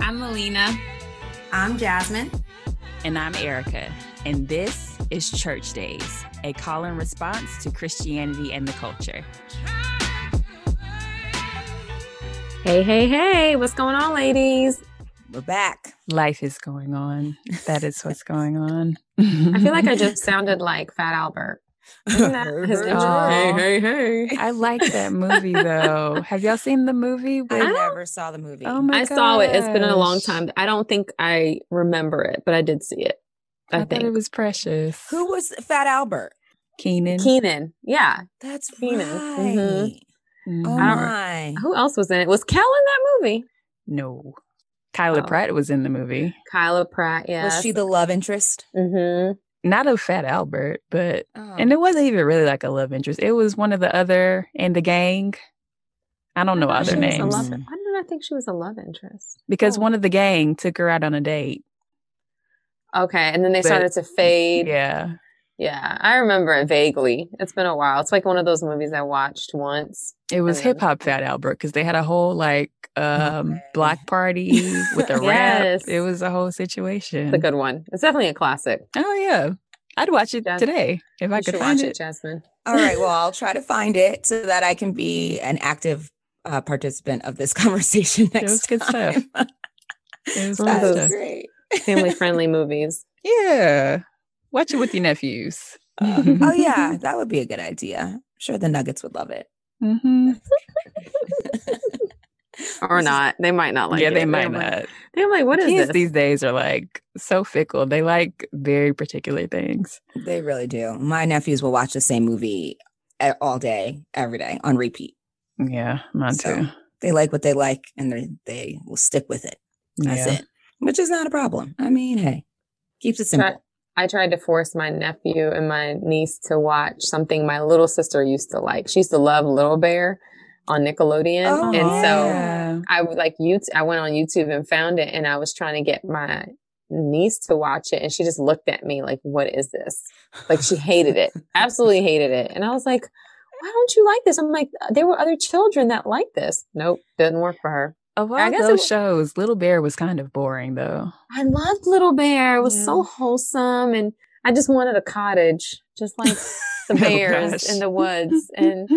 Alina. I'm Jasmine. And I'm Erica. And this is Church Days, a call and response to Christianity and the culture. Hey, hey, hey. What's going on, ladies? We're back. Life is going on. That is what's going on. I feel like I just sounded like Fat Albert. Isn't that his Hey, intro? hey, hey, hey. I like that movie though. Have y'all seen the movie? I With, don't- never saw the movie. oh my I saw it. It's been a long gosh. time. I don't think I remember it, but I did see it. I, I, thought think it was precious. Who was Fat Albert? Keenan. Keenan. Yeah. That's right. Keenan. Mhm. Mhm. Oh I don't- my. Who else was in it? Was Kel in that movie? No. Kyla Oh. Pratt was in the movie. Kyla Pratt. Yeah. Was she the love interest? Mm-hmm. Not a fat Albert, but Oh. And it wasn't even really like a love interest. It was one of the other and the gang. I don't know thought other she was a names Why love- did I think she was a love interest? because Oh. one of the gang took her out on a date. Oh, Okay, and then they But- started to fade. Yeah. Yeah, I remember it vaguely. It's been a while. It's like one of those movies I watched once. It was then- hip hop Fat Albert because they had a whole like um way. block party with a rap. Yes. It was a whole situation. It's a good one. It's definitely a classic. oh yeah. I'd watch it Yeah. today if I you could should find watch it, it. Jasmine. All right. Well, I'll try to find it so that I can be an active uh, participant of this conversation next was good stuff. time. It was One of That's good those- stuff. great. Family friendly movies. Yeah. Watch it with your nephews. Mm-hmm. Uh, oh yeah, that would be a good idea. I'm sure the Nuggets would love it. hmm Or This is- not. They might not like yeah, it. they might They're like- not. They're like, what is Kids this? these days are like so fickle. They like very particular things. They really do. My nephews will watch the same movie e- all day, every day on repeat. Yeah, mine So, too. They like what they like and they they will stick with it. That's yeah. it. Which is not a problem. I mean, hey, keeps it simple. I tried to force my nephew and my niece to watch something my little sister used to like. She used to love Little Bear on Nickelodeon. Oh, and so yeah. I would like you. I went on YouTube and found it, and I was trying to get my niece to watch it, and she just looked at me like, "What is this?" Like she hated it, absolutely hated it, and I was like, "Why don't you like this?" I'm like, "There were other children that liked this." Nope, didn't work for her. of all I guess it Oh, those wa- shows, Little Bear was kind of boring though. I loved Little Bear. It was so Yeah. wholesome, and I just wanted a cottage, just like the Oh, bears gosh. in the woods, and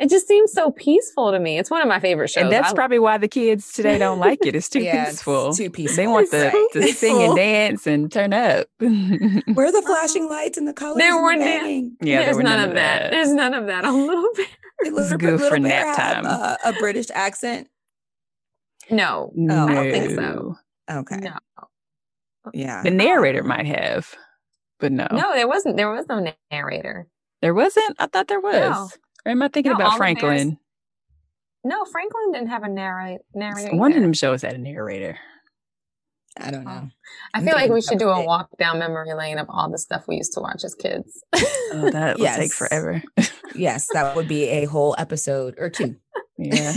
it just seems so peaceful to me. It's one of my favorite shows. and that's I- probably why the kids today don't like it. It's too Yeah, it's peaceful. Too peaceful. They want It's the, so to sing and peaceful. Uh-huh. dance and turn up. yeah, Where are the flashing lights and the colors? There and the weren't any- banging? There's were none, of that. There's none of that on Little Bear. Did Little, good Little for Bear nap have, time. uh, a British accent. No, No. I don't Oh, think so. Okay. no, Yeah. The narrator might have, but no. no. There wasn't. There was no narrator. There wasn't? I thought there was. No. Or am I thinking No, about all the bears- Franklin? No, Franklin didn't have a narrate narrator. One of either. them shows had a narrator. I don't know. I I'm feel like thinking we should do a about it. walk down memory lane of all the stuff we used to watch as kids. Oh, that would take Yes. forever. Yes, that would be a whole episode or two. yeah.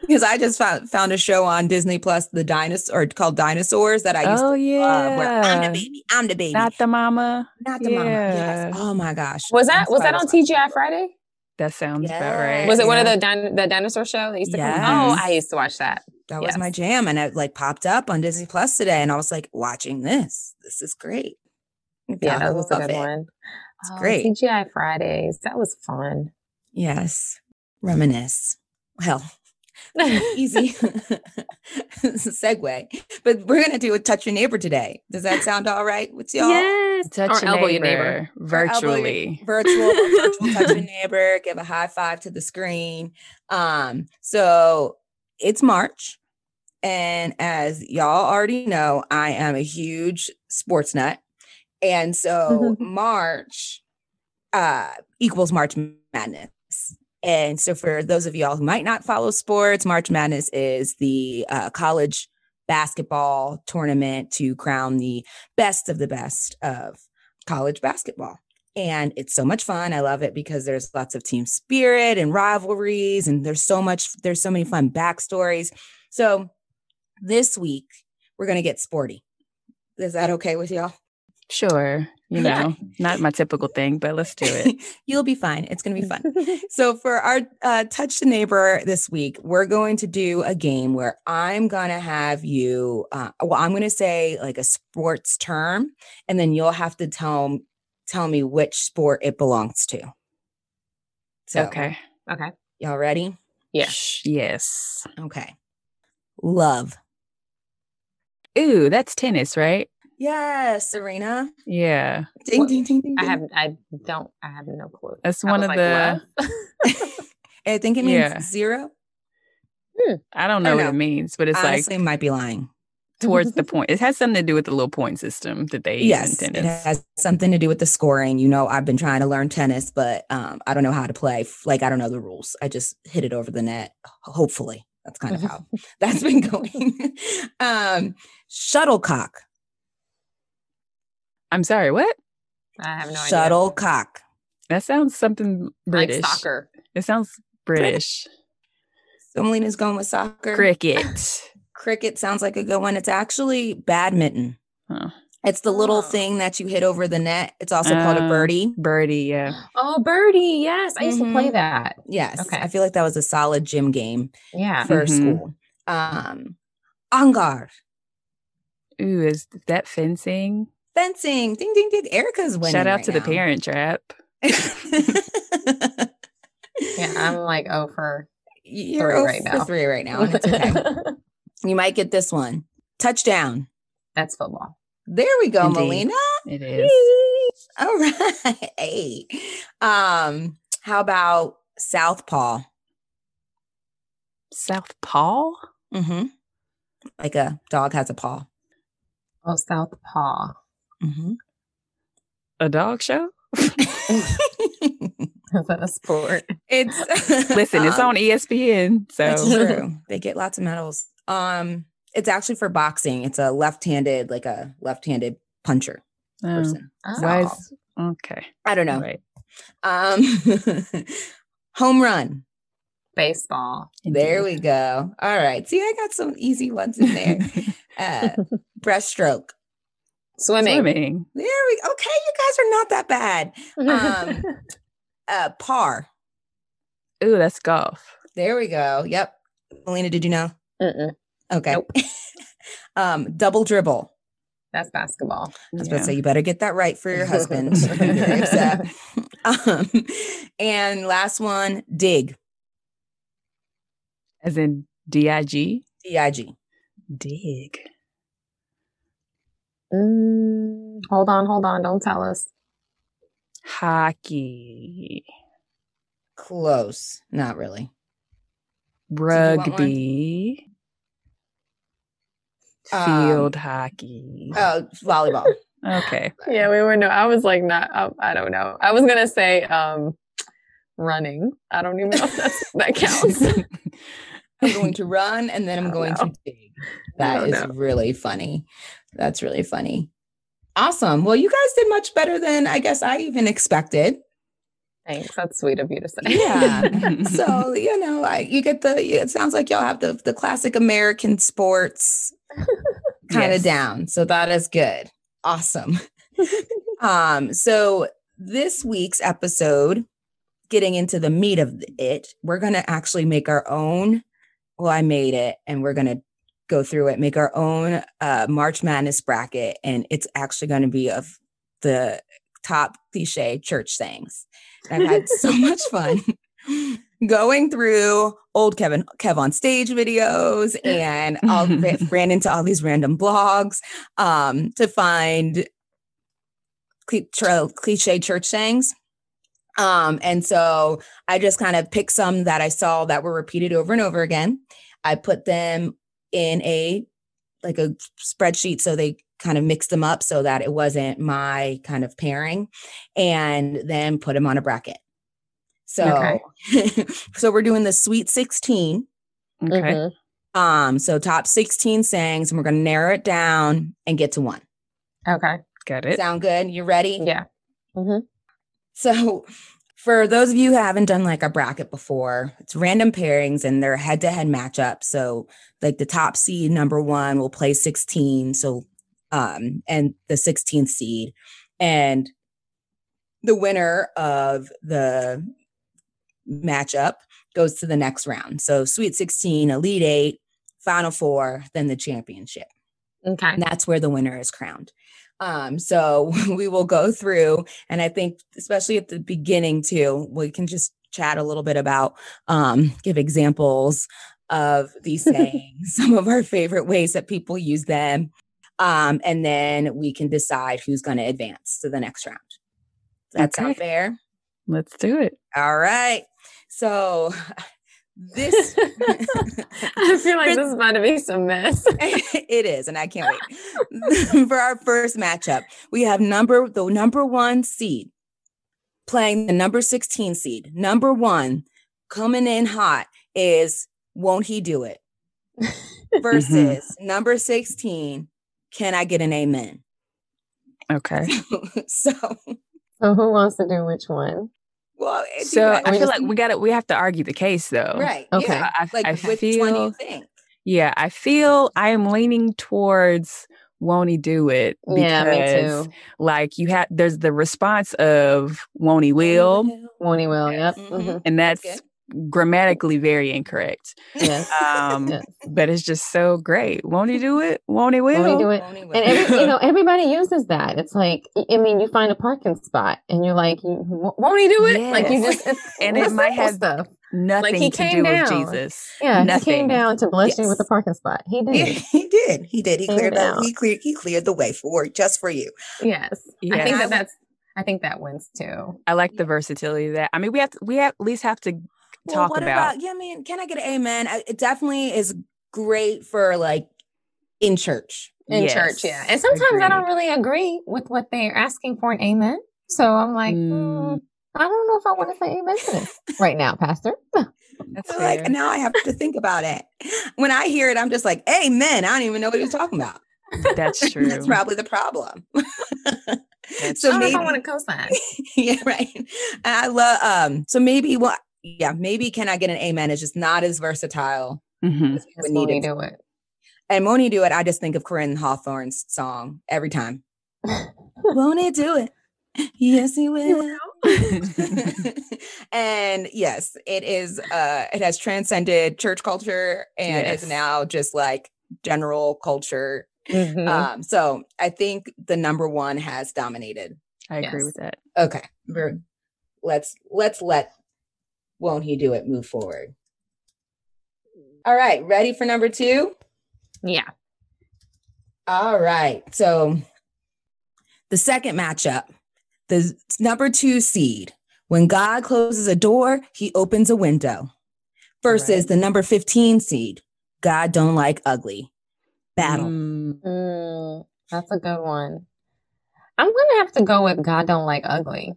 Because I just found found a show on Disney Plus, the dinosaur called Dinosaurs that I used Oh to love. Where I'm the yeah. baby. I'm the baby. Not the mama. Not the mama. Yes. yeah. Oh my gosh. was that That's was what I that on watching. TGI Friday? That sounds about right. Was it one of Yeah. the din- the dinosaur show that used to come? Oh, Yes. I used to watch that. That was my jam, and it like popped up on Disney Plus today, and I was like, watching this. This is great. Yeah, I that was a love good it. one. It's Oh, great. TGI Fridays. That was fun. Yes, reminisce. Well, easy segue, but we're gonna do a touch your neighbor today. Does that sound all right with y'all? yes. Touch or your elbow your neighbor, neighbor. Or elbow your- virtually. virtual, virtual touch your neighbor, give a high five to the screen. Um, so it's March. And as y'all already know, I am a huge sports nut. And so March uh, equals March Madness. And so for those of y'all who might not follow sports, March Madness is the uh, college basketball tournament to crown the best of the best of college basketball and it's so much fun. I love it because there's lots of team spirit and rivalries, and there's so much, there's so many fun backstories. So this week, we're going to get sporty. Is that okay with y'all? Sure. You Yeah. know, not my typical thing, but let's do it. You'll be fine. It's going to be fun. So, for our uh, touch the neighbor this week, we're going to do a game where I'm going to have you, uh, well, I'm going to say like a sports term, and then you'll have to tell, tell me which sport it belongs to. So, okay. okay. y'all ready? Yeah. Sh- Yes. Okay. Love. Ooh, that's tennis, right? Yes, Serena. Yeah. Ding, What? ding, ding, ding, I ding. have. I don't. I have no clue. That's I one was of like, the "Love?" I think it means Yeah. zero. I don't know I what know. it means, but it's Honestly, like might be lying. towards the point. It has something to do with the little point system that they Yes, use in it tennis. has something to do with the scoring. You know, I've been trying to learn tennis, but um, I don't know how to play. F- Like, I don't know the rules. I just hit it over the net. h- Hopefully, that's kind of how that's been going. um, shuttlecock. I'm sorry, what? I have no idea. shuttlecock. That sounds something British. Like soccer. It sounds British. So Melina's going with soccer. Cricket. Cricket sounds like a good one. It's actually badminton. Huh. It's the little Oh. thing that you hit over the net. It's also called a Oh. birdie. Birdie, yeah. Oh, birdie. Yes, I used to play Mm-hmm. Mhm. that. Yes. Okay. I feel like that was a solid gym game Yeah. for Mhm. school. Um, Mm-hmm. Angar. Ooh, is that fencing? fencing. Ding ding ding. Erica's winning. Shout out right to now. the parent trap. Yeah. I'm like oh for. You're three oh right for now. three right now. It's okay. you might get this one. Touchdown. That's football. There we go, Indeed. Melina. It is. All right. Um, how about Southpaw? South Paul? Mm-hmm. Like a dog has a paw. Oh, southpaw. Mm-hmm. A dog show? Is that a sport? it's Listen, it's um, on E ESPN. That's So true. They get lots of medals. Um, it's actually for boxing. It's a left-handed, like a left-handed puncher um, person. Oh. why is okay. I don't All know. right. Um, home run. Baseball. There Indeed. we go. All right. See, I got some easy ones in there. Uh, breaststroke. Swimming. Swimming. There we. Okay, you guys are not that bad. Um, Uh, par. Ooh, that's golf. There we go. Yep. Melina, did you know? Mm-mm. Okay. Nope. um, double dribble. That's basketball. I was about to say, you better get that right for your husband. He'll be very Yeah. upset. um, and last one, dig, As in D I G. D-I-G. Dig. Mm, hold on, hold on. Don't tell us. Hockey. Close. Not really. want one? Rugby. Um, Field hockey. Oh, volleyball. okay. Yeah, we were no. I was like not. I, I don't know. I was gonna say um, running. I don't even know if that's, that counts. I'm going to run and then I'm Oh, going no. to dig. That Oh, is no. really funny. That's really funny. Awesome. Well, you guys did much better than I guess I even expected. Thanks. That's sweet of you to say. Yeah. uh, so you know I, you get the it sounds like y'all have the, the classic american sports kind of Yes. down so that is good awesome um so this week's episode getting into the meat of it we're gonna actually make our own well i made it and we're gonna go through it make our own uh march madness bracket and it's actually gonna be of the top cliche church sayings I've had so much fun going through old Kevin Kev on stage videos and all ra- ran into all these random blogs um, to find cli- tra- cliche church sayings. Um, and so I just kind of picked some that I saw that were repeated over and over again. I put them in a like a spreadsheet so they kind of mixed them up so that it wasn't my kind of pairing and then put them on a bracket. So so we're doing the sweet 16. mm-hmm. Okay. Mhm. Um so top 16 sayings and we're going to narrow it down and get to one. Okay. Got it. Sound good? You ready? Yeah. So, for those of you who haven't done like a bracket before, it's random pairings and they're head to head matchups. So, like the top seed number one will play 16. So, um, and the 16th seed. And the winner of the matchup goes to the next round. So Sweet 16, Elite Eight, Final Four, then the championship. Okay. And that's where the winner is crowned. Um, so we will go through, and I think especially at the beginning too, we can just chat a little bit about, um, give examples of these sayings, some of our favorite ways that people use them, um, and then we can decide who's going to advance to the next round. Does that sound Okay. fair? Let's do it. All right. So this I feel like this is about to be some mess. it is, and I can't wait for our first matchup. We have number the number one seed playing the number sixteen seed. Number one coming in hot is won't he do it? Versus number sixteen, can I get an amen? Okay. so So who wants to do which one? well, it's So either- I feel just- like we got to we have to argue the case though. right, Okay. yeah. I, Like I which one do you feel think? yeah, I feel I am leaning towards won't he do it because yeah, me too. like you had there's the response of won't he will Mm-hmm. Won't he will? Yep. Mhm. mhm, and that's That's grammatically very incorrect. Yes. Um yes. but it's just so great. Won't he do it? Won't he will? Won't he do it? Won't he will? And every, you know, everybody uses that. It's like, I mean, you find a parking spot and you're like, you- won't he do it? Like you Yes. just, it's, And it it's might simple have- stuff. Nothing he to came do down. with Jesus. Yeah, he nothing. came down to bless you with a Yes. parking spot. He Yeah, did. he did. He did. He cleared Cleared it Hmm. out. out. He cleared. He cleared the way for just for you. Yes. I Yeah. think I would- that that's. I think that wins too. I like the versatility of that. I mean, we have to, we at least have to talk what about, Yeah, I mean, can I get an amen? I, it definitely is great for like in church. in Yes. church. Yeah. And sometimes I don't Agreed. really agree with what they're asking for an amen. So I'm like, Mm. "Mm, I don't know if I want to say amen to this right now, Pastor. That's So, fair. like now I have to think about it. When I hear it, I'm just like, amen. I don't even know what he was talking about. That's true. That's probably the problem. That's I so don't know if maybe, I want to co sign. yeah, right. And I love. Um. So maybe what? yeah, maybe can I get an amen? It's just not as versatile Mhm. as we need it do it. And won't he do it? I just think of Corinne Hawthorne's song every time. won't he do it? Yes, he will. and yes, it is uh it has transcended church culture and Yes. is now just like general culture. Mhm. Uh, Um, so I think the number one has dominated. I agree Yes. with that. Okay. we're- Let's let's let won't he do it move forward. All right, ready for number two? yeah. All right. So the second matchup, the s- number two seed. When God closes a door, he opens a window. Versus Right. the number 15 seed. God don't like ugly. Battle. Mm, Mm, that's a good one. I'm going to have to go with God don't like ugly.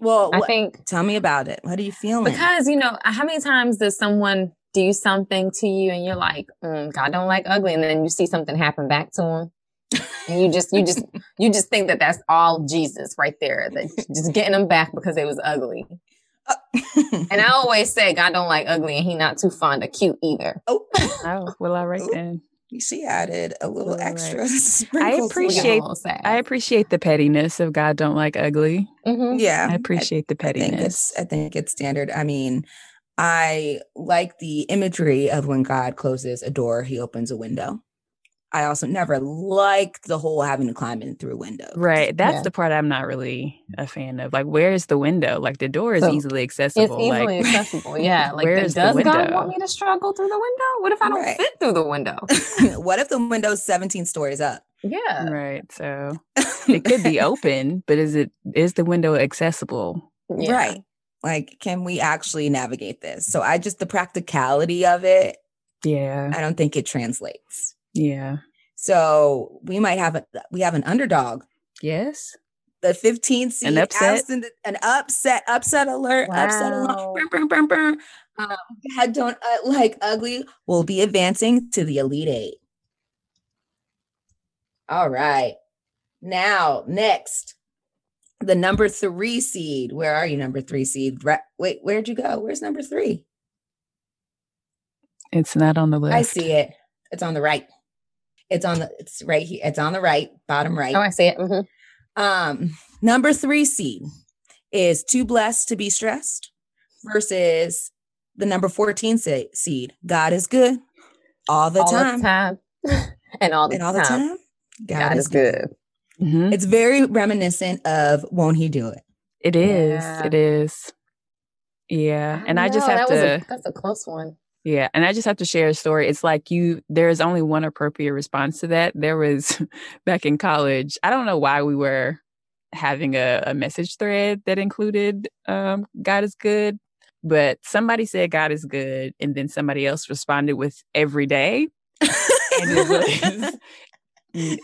Well, I wha- think tell me about it. What are you feeling? because, you know, how many times does someone do something to you and you're like, mm, God don't like ugly. And then you see something happen back to him. And you just, you just, you just think that that's all Jesus right there. That just getting them back because they was ugly. And I always say God don't like ugly, and he not too fond of cute either. oh, oh, well, all right Oop. then. she added a little All right. extra. I sprinkle to it. appreciate- I appreciate the pettiness of God don't like ugly. hmm Yeah. I appreciate the I think pettiness. it's I think it's standard. I mean, I like the imagery of when God closes a door, he opens a window. I also never liked the whole having to climb in through windows. Right. That's Yeah. the part I'm not really a fan of. Like, where is the window? Like, the door is So, easily It's accessible. easily like, accessible. Yeah. Like, Where then is the does God window? want me to struggle through the window? What if I don't Right. fit through the window? what if the window's 17 stories up? Yeah. right. So it could be open, but is it is the window accessible? Yeah. Right. Like, can we actually navigate this? So I just the practicality of it, Yeah. I don't think it translates. Yeah. So we might have a we have an underdog Yes. the 15 seed upset? absent- an upset upset alert upset Wow. alert brr, brr, brr, brr. Um, God don't uh, like ugly will be advancing to the elite eight all right now next the number three seed where are you number three seed Re- wait where'd you go where's number three It's not on the list. i see it it's on the right It's on the it's right here. It's on the right, bottom right. Oh, I see it. Mhm. Um, number three seed is too blessed to be stressed versus the number 14 se- seed. God is good all the all time. the time. and all the and all time. the time, God, God is good. Mhm. It's very reminiscent of Won't He Do It? It is. Yeah. It is. Yeah. And I just know, have that was to A, that's a close one. Yeah, and I just have to share a story. It's like you there is only one appropriate response to that. There was back in college. I don't know why we were having a, a message thread that included um, God is good, but somebody said God is good, and then somebody else responded with every day, and it was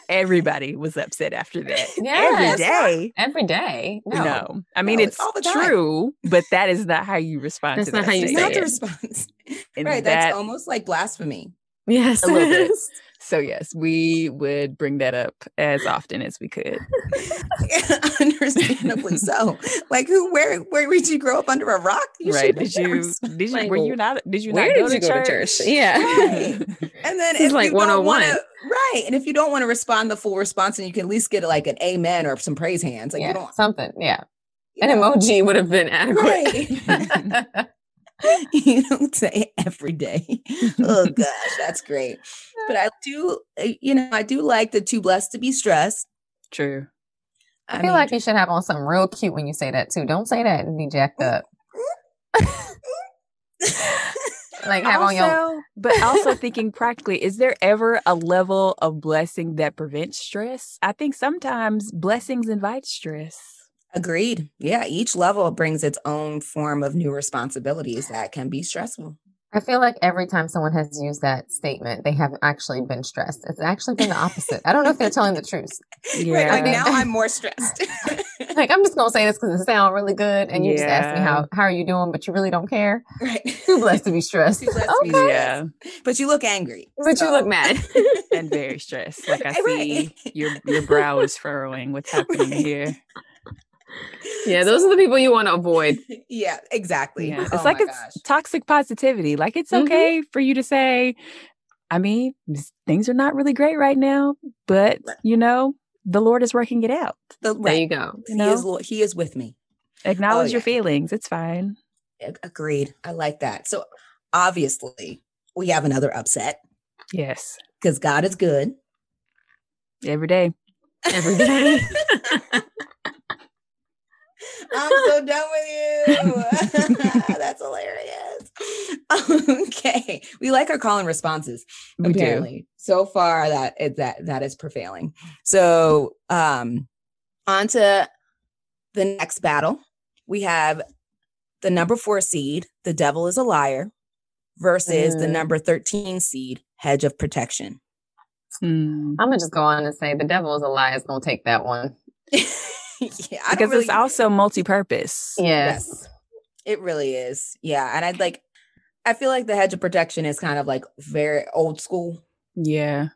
everybody was upset after that. Yes. Every day. Every day. No. No. I mean No, it's it's all the time. true, but that is not how you respond That's to not that how you It's statement. not say the it. response. And right. that- That's almost like blasphemy. Yes. A little bit. So yes, we would bring that up as often as we could. Understandably so. Like who where where did you grow up under a rock? You right? should Did know that you? response. Did you? Like, were you not? Did you Where not go, did you to, go to church? church? Yeah. Right. And then This is if like you don't 101. wanna- right. And if you don't want to respond the full response, and you can at least get like an amen or some praise hands. Like yeah. you don't Something. Yeah. you An know, emoji would have been adequate. Right. you don't say every day. oh gosh, that's great. But I do, uh, you know, I do like the too blessed to be stressed. True. I, feel like you should have on something real cute when you say that too. Don't say that and be jacked up. Like have on your Also, but also thinking practically, is there ever a level of blessing that prevents stress? I think sometimes blessings invite stress. agreed. Yeah, each level brings its own form of new responsibilities that can be stressful. I feel like every time someone has used that statement, they have actually been stressed. It's actually been the opposite. I don't know if they're telling the truth. Right, Yeah. like now I'm more stressed. Like I'm just gonna say this because it sounds really good, and you just asked me Yeah. how how are you doing, but you really don't care. right. Too blessed to be stressed. Too blessed to be Okay. Yeah, But you look angry. But you look mad. and very stressed. Like I Right. see your your brow is furrowing. What's happening Right. here? Yeah, those are the people you want to avoid. yeah, exactly. Yeah. It's Oh like my it's gosh. Mm-hmm. toxic positivity. Like it's Mhm. okay for you to say, I mean, s- things are not really great right now, but Right. you know, the Lord is working it out. the There you right. go. you He is know? Lord. He is with me. Acknowledge your yeah. feelings. It's fine. Ag- Agreed. I like that. So obviously, we have another upset Yes. because God is good. Every day. Every day. I'm so done with you. That's hilarious. okay, we like our call and responses. We do. apparently, so far that is that that is prevailing. So, um, on to the next battle. We have the number four seed, the devil is a liar, versus the Mm. number thirteen seed, hedge of protection. Mm. I'm gonna just go on and say the devil is a lie. It's gonna take that one. yeah, I don't Because really- it's also multi purpose. Yes. it really is. Yeah, and I'd like I feel like the hedge of protection is kind of like very old school. Yeah.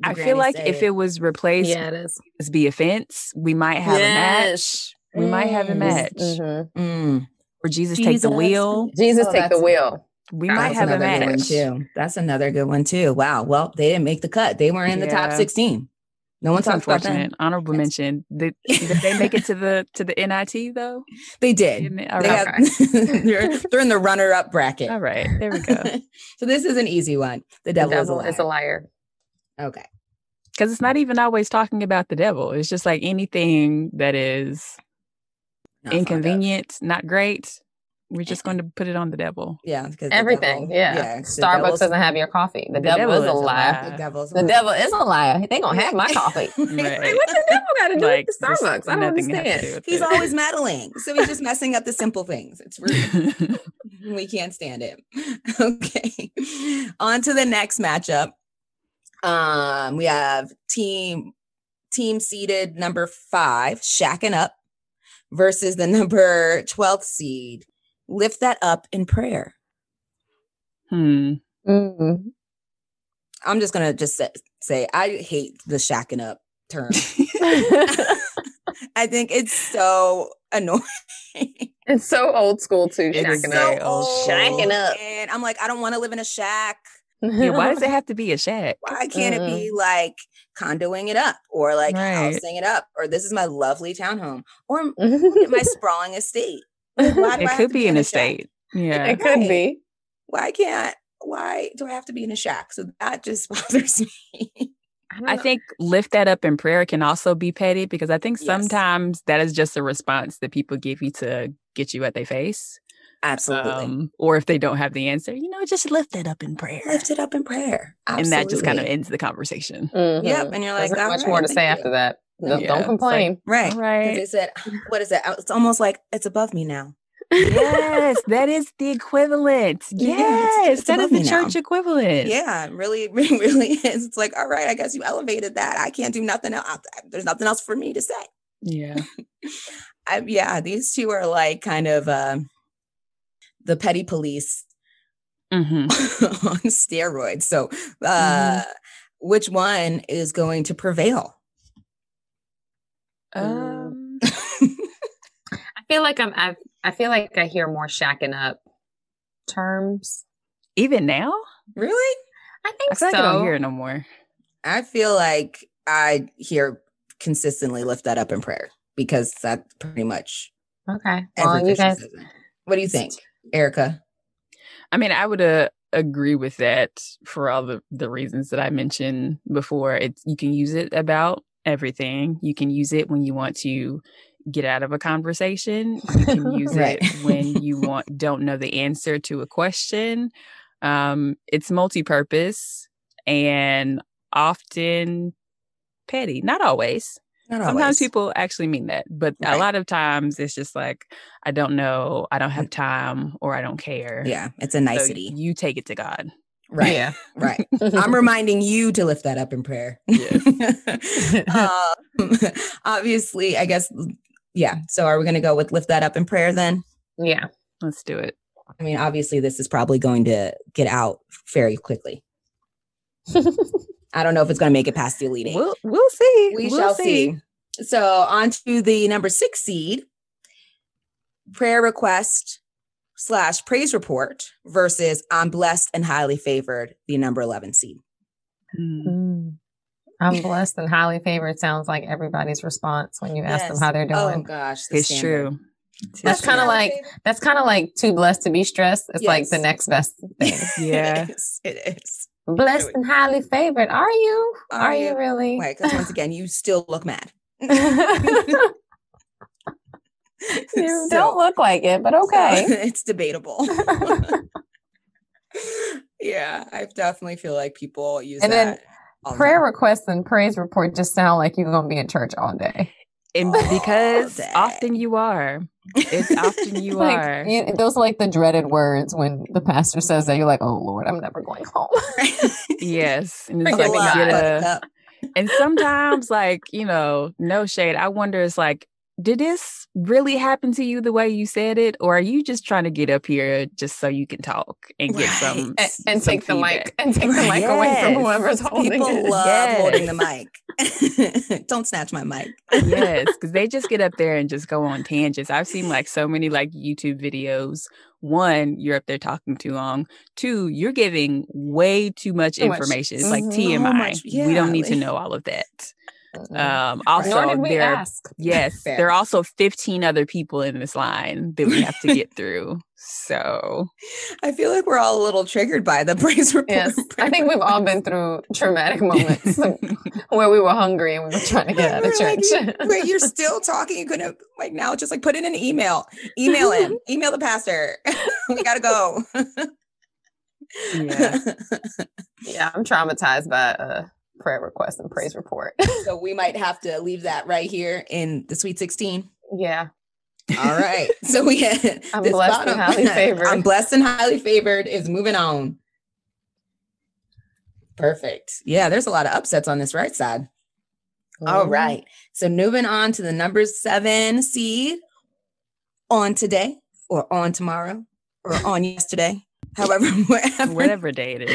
The I feel granny like said if it was replaced Yeah, it is. as be a fence, we might have Yes. a match. We might have a Mm. match. Mhm. Mm. Or Jesus, take the Jesus. wheel. Jesus Oh, take the that's- wheel. We That might That's have a another good one match. too. That's another good one too. Wow. Well, they didn't make the cut. They weren't in the top Yeah. sixteen. No one That's talked about that. unfortunate. Honorable That's- mention. Did, did they make it to the to the NIT though? They did. Didn't it? All They right. have, they're, they're in the runner-up bracket. All right. There we go. so this is an easy one. The devil, is a liar. liar. Okay. Because it's not even always talking about the devil. It's just like anything that is Not fond of. inconvenient, not great. We're just going to put it on the devil. Yeah, because the Everything. devil- yeah. 'cause the Starbucks devil's- doesn't have your coffee. The, devil, is a liar. The devil's The devil is a liar. They gonna have Oh, my coffee. Right. Like, what the devil got to do Like with there's Starbucks? I don't nothing has to understand. do with He's it. always meddling. So he's just messing up the simple things. It's rude. we can't stand it. Okay. On to the next matchup. Um, we have team team seeded number five, shacking up versus the number 12 seed. Lift that up in prayer. hmm. Mm. I'm just gonna just say, say I hate the shacking up term. I think it's so annoying. it's so old school too. It is shacking so up. old. Shacking up. And I'm like, I don't want to live in a shack. Yeah, why does it have to be a shack? Why can't it be like condoing it up or like Mm-hmm. Right. housing it up or this is my lovely townhome or look at it my sprawling estate? Like, why do I It have could to be in an a shack? estate. Yeah. could be. Why can't? Why do I have to be in a shack? So that just bothers me. don't I know. think lift that up in prayer can also be petty because I think Yes. sometimes that is just a response that people give you to get you at their face. Absolutely. Um, or if they don't have the answer, you know, just lift it up in prayer. Lift it up in prayer. And Absolutely. that just mm-hmm. kind of ends the conversation. Mhm. Yep. And you're like, There's not "All much right, more to thank say you." after that. No, don't Yeah, it's like- complain. Right. Because Right. they said, what is it? It's almost like it's above me now. yes, that is the equivalent. Yeah, it's- Yes, it's that is above the me now. church equivalent. Yeah, it really, it really is. It's like, all right, I guess you elevated that. I can't do nothing else. There's nothing else for me to say. Yeah. I, yeah, these two are like kind of uh, the petty police hmm on steroids. So, uh, Mhm. which one is going to prevail? Um, I feel like I'm. I, I feel like I hear more shacking up terms. even now, really? I I think feel like so. I don't hear it no more. I feel like I hear consistently lift that up in prayer because that pretty much Okay. every Well, you Christian guys. says that. What do you think, Erica? I mean, I would uh, agree with that for all the, the reasons that I mentioned before. It's you can use it about everything. You can use it when you want to get out of a conversation. You can use Right. it when you want don't know the answer to a question. Um, it's multi-purpose and often petty. Not always. Not Sometimes always. people actually mean that, but a Right. lot of times it's just like, I don't know, I don't have time, or I don't care. Yeah, it's a So nicety. you take it to God. right. Yeah. Right. I'm reminding you to lift that up in prayer. um, obviously, I guess, yeah. So are we going to go with lift that up in prayer then? yeah. Let's do it. I mean, obviously, this is probably going to get out very quickly. I don't know if it's going to make it past the Elite 8 We'll we'll see. we We'll shall see. So on to the number six seed, prayer request slash praise report versus I'm blessed and highly favored, the number eleven seed. Mm. Mm. I'm blessed and highly favored sounds like everybody's response when you ask Yes. them how they're Oh doing. gosh, the It's standard. true. It's That's true. kinda like- That's kind of like too blessed to be stressed. It's like the Yes. next best thing. Yeah. it is. It is. blessed and highly favored. Are you? Are Are, you? you? really? Right, because Oh once again, you still look mad. you So- don't look like it, but okay. so it's debatable. yeah, I definitely feel like people use And then that. all the Prayer time. requests and praise report just sound like you're gonna be in church all day. and Oh, because dang. often you are. It's often you like, eh? are. you- those are like the dreaded words when the pastor says that. You're like, oh Lord, I'm never going home. Yes. And it's Forgive like me, God. you get a- Buttercup. and sometimes like, you know, no shade. I wonder it's like, did this really happen to you the way you said it? Or are you just trying to get up here just so you can talk and get Right. some and, and some take the mic feedback? and take the mic away Yes. from whoever's holding People it. love holding the Yes. mic. Don't snatch my mic. yes, because they just get up there and just go on tangents. I've seen like so many like YouTube videos. One, you're up there talking too long. Two, you're giving way too much Too much. information. It's like So TMI. much- we yeah, don't need to like- know all of that. Mhm. Um, also, Nor did we there are, ask. yes, Fair. there are also 15 other people in this line that we have to get through. So, I feel like we're all a little triggered by the praise report. Yes, I think we've all been through traumatic moments where we were hungry and we were trying to get out of We're like, church. you- Wait, you're still talking. You couldn't have, like now just like put in an email. Email him. email the pastor. we gotta go. Yeah. yeah, I'm traumatized by uh, prayer request and praise report. so we might have to leave that right here in the sweet 16. yeah, All right. So we had I'm blessed and highly favored. I'm blessed and highly favored is moving on. Perfect. Yeah, there's a lot of upsets on this right side. All right. So moving on to the number seven seed on today or on tomorrow or on yesterday, however, wherever whatever day it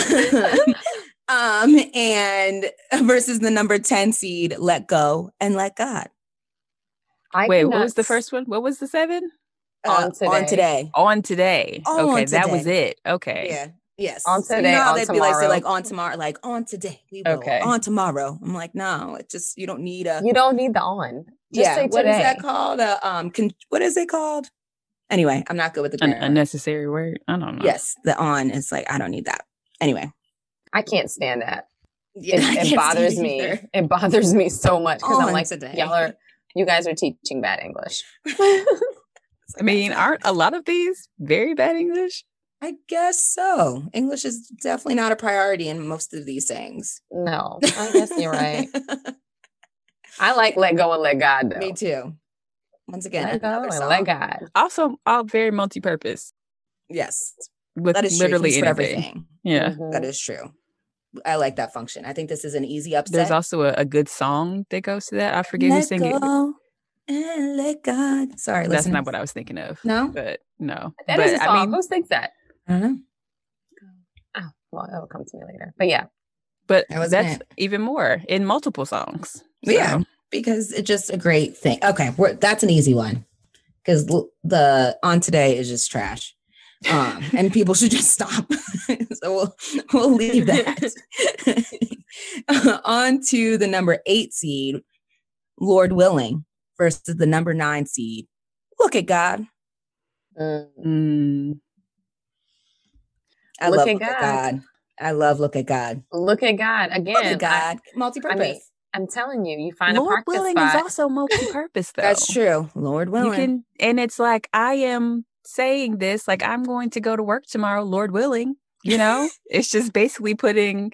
is. day. um, and versus the number 10 seed, let go and let God I Wait, cannot what was the s- first one? What was the seven? On uh, On today. today. On today. On okay, that was today. it. Okay. Yeah. Yes. On today, You know how on they'd be like, say, tomorrow. like on tomorrow, like on today, we will, Okay. on tomorrow. I'm like, no, it's just you don't need a You don't need the on. Just yeah. say What is today. that called? A um, con- what is it called? Anyway, I'm not good with the An grammar. unnecessary word. I don't know. yes, the on is like I don't need that. Anyway, I can't stand that. Yeah, I can't It, it stand bothers it me. either. It bothers me so much because On I'm like, today. y'all are, you guys are teaching bad English. It's I like, mean, that's not- aren't a lot of these very bad English? I guess so. English is definitely not a priority in most of these things. No, I guess you're right. I like let go and let God though. me too. Once again, Let go another and song. let God. Also, all very multi-purpose Yes, with that is literally true. It comes for anything. everything. Yeah. Mhm. That is true. I like that function. I think this is an easy upset. There's also a, a good song that goes to that. I forget who Let sang it. go and let God. Sorry, That's listen. not what I was thinking of. No, But no. That but is a song. I mean, Who sings that? I don't know. Oh, well, it'll come to me later. But yeah, but That wasn't that's it. even more in multiple songs. But yeah, So, because it's just a great thing. Okay, we're, that's an easy one because the on today is just trash, um, and people should just stop. so we'll we'll leave that. on to the number eight seed, Lord willing, versus the number nine seed. Look at God. Mm, mm, I Look love at look at God. God. I love look at God. look at God again. Look at I- God. Multi-purpose. I'm telling you, you find a Lord practice willing spot. is also multi-purpose though. That's true. Lord willing. You can, and it's like I am saying this, like I'm going to go to work tomorrow, Lord willing. You know, it's just basically putting.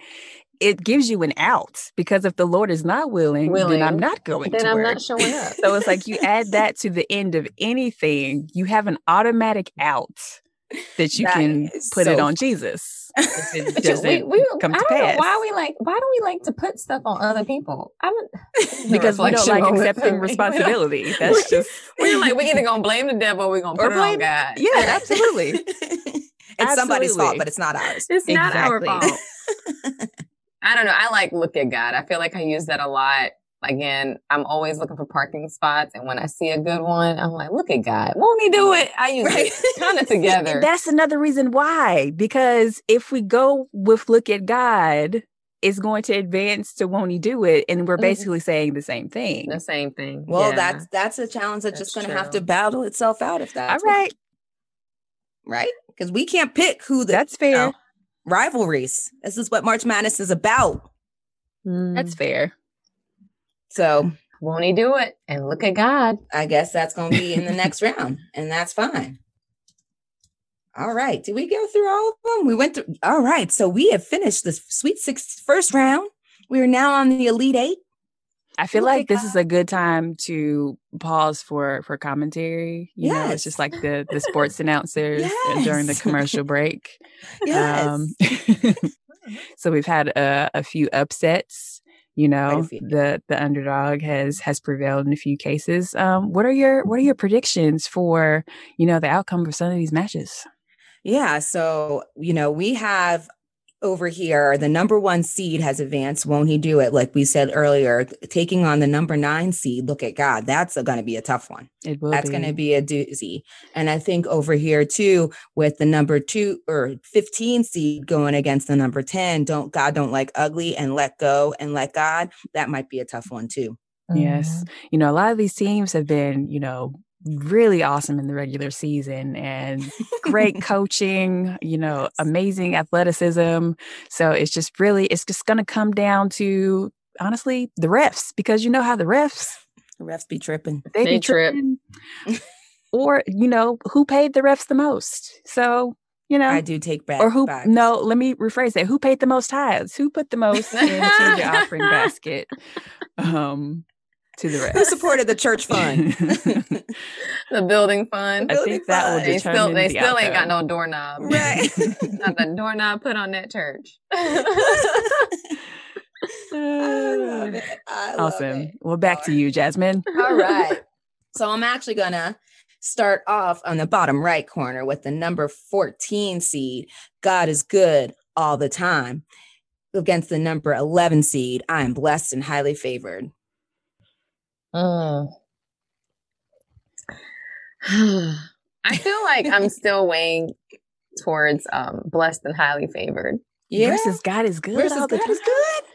It gives you an out because if the Lord is not willing, then I'm Willing, not going then to I'm work. not showing up. so it's like you add that to the end of anything, you have an automatic out that you That can is put it so on Jesus. If it But you- doesn't come to I don't pass. know why we like why do we like to put stuff on other people? I don't this is a because we don't reflection like moment for accepting me. responsibility. That's just We're like we're either gonna blame the devil or we're gonna Or put it on blame- God. yeah, absolutely. it's somebody's fault, Absolutely. but it's not ours. It's not our Exactly. fault. I don't know. I like look at God. I feel like I use that a lot. Again, I'm always looking for parking spots, and when I see a good one, I'm like, "Look at God, won't He do it?" I use Right. it kind of together. That's another reason why. Because if we go with look at God, it's going to advance to won't he do it? And Mm-hmm. we're Mhm. basically saying the same thing. the same thing. Well, Yeah. that's that's a challenge that's, just That's going to have true. to battle itself out if All that's what- right. right? Because we can't pick who the That's fair. rivalries. This is what March Madness is about. Hmm. mm. That's fair. So won't He do it? And look at God. I guess that's going to be in the next round, and that's fine. All right. Did we go through all of them? We went through. All right. So we have finished this Sweet Six first round. We are now on the Elite Eight. I feel Look at like this is a good time to pause for for commentary. You know, it's Yes. just like the the sports announcers and during the Yes. commercial break. Yes. Um, Mm-hmm. so we've had a, a few upsets. You a know, few. the the underdog has has prevailed in a few cases. Um, what are your what are your predictions for you know the outcome for some of these matches? Yeah. So, you know, we have over here the number one seed has advanced. Won't he do it? Like we said earlier, taking on the number nine seed. Look at God. That's going to be a tough one. It will That's be. going to be a doozy. And I think over here too, with the number two or 15 seed going against the number 10, don't God don't like ugly and let go and let God. That might be a tough one too. Yes. Mm-hmm. You know, a lot of these teams have been, you know, really awesome in the regular season and great coaching, you know, Yes. amazing athleticism. So it's just really, it's just going to come down to honestly the refs because you know how the refs, The refs be tripping. they, They be trip. tripping. or, you know, who paid the refs the most. So, you know, I do take back. or who, back. no, let me rephrase that. Who paid the most tithes? Who put the most into the offering basket um, to the refs? Who supported the church fund? Mm-hmm. the building fund. I Building think that will fund. They still determine they the still ain't got outcome. no doorknob. right. Not the doorknob put on that church. I love it. I love awesome. it. Well, back to you, Jasmine. All right. So I'm actually going to start off on the bottom right corner with the number 14 seed. God is good all the time. Against the number 11 seed, I am blessed and highly favored. Mm. I feel like I'm still weighing towards um, blessed and highly favored. Yeah. Versus God is good. Versus all the God is time. good.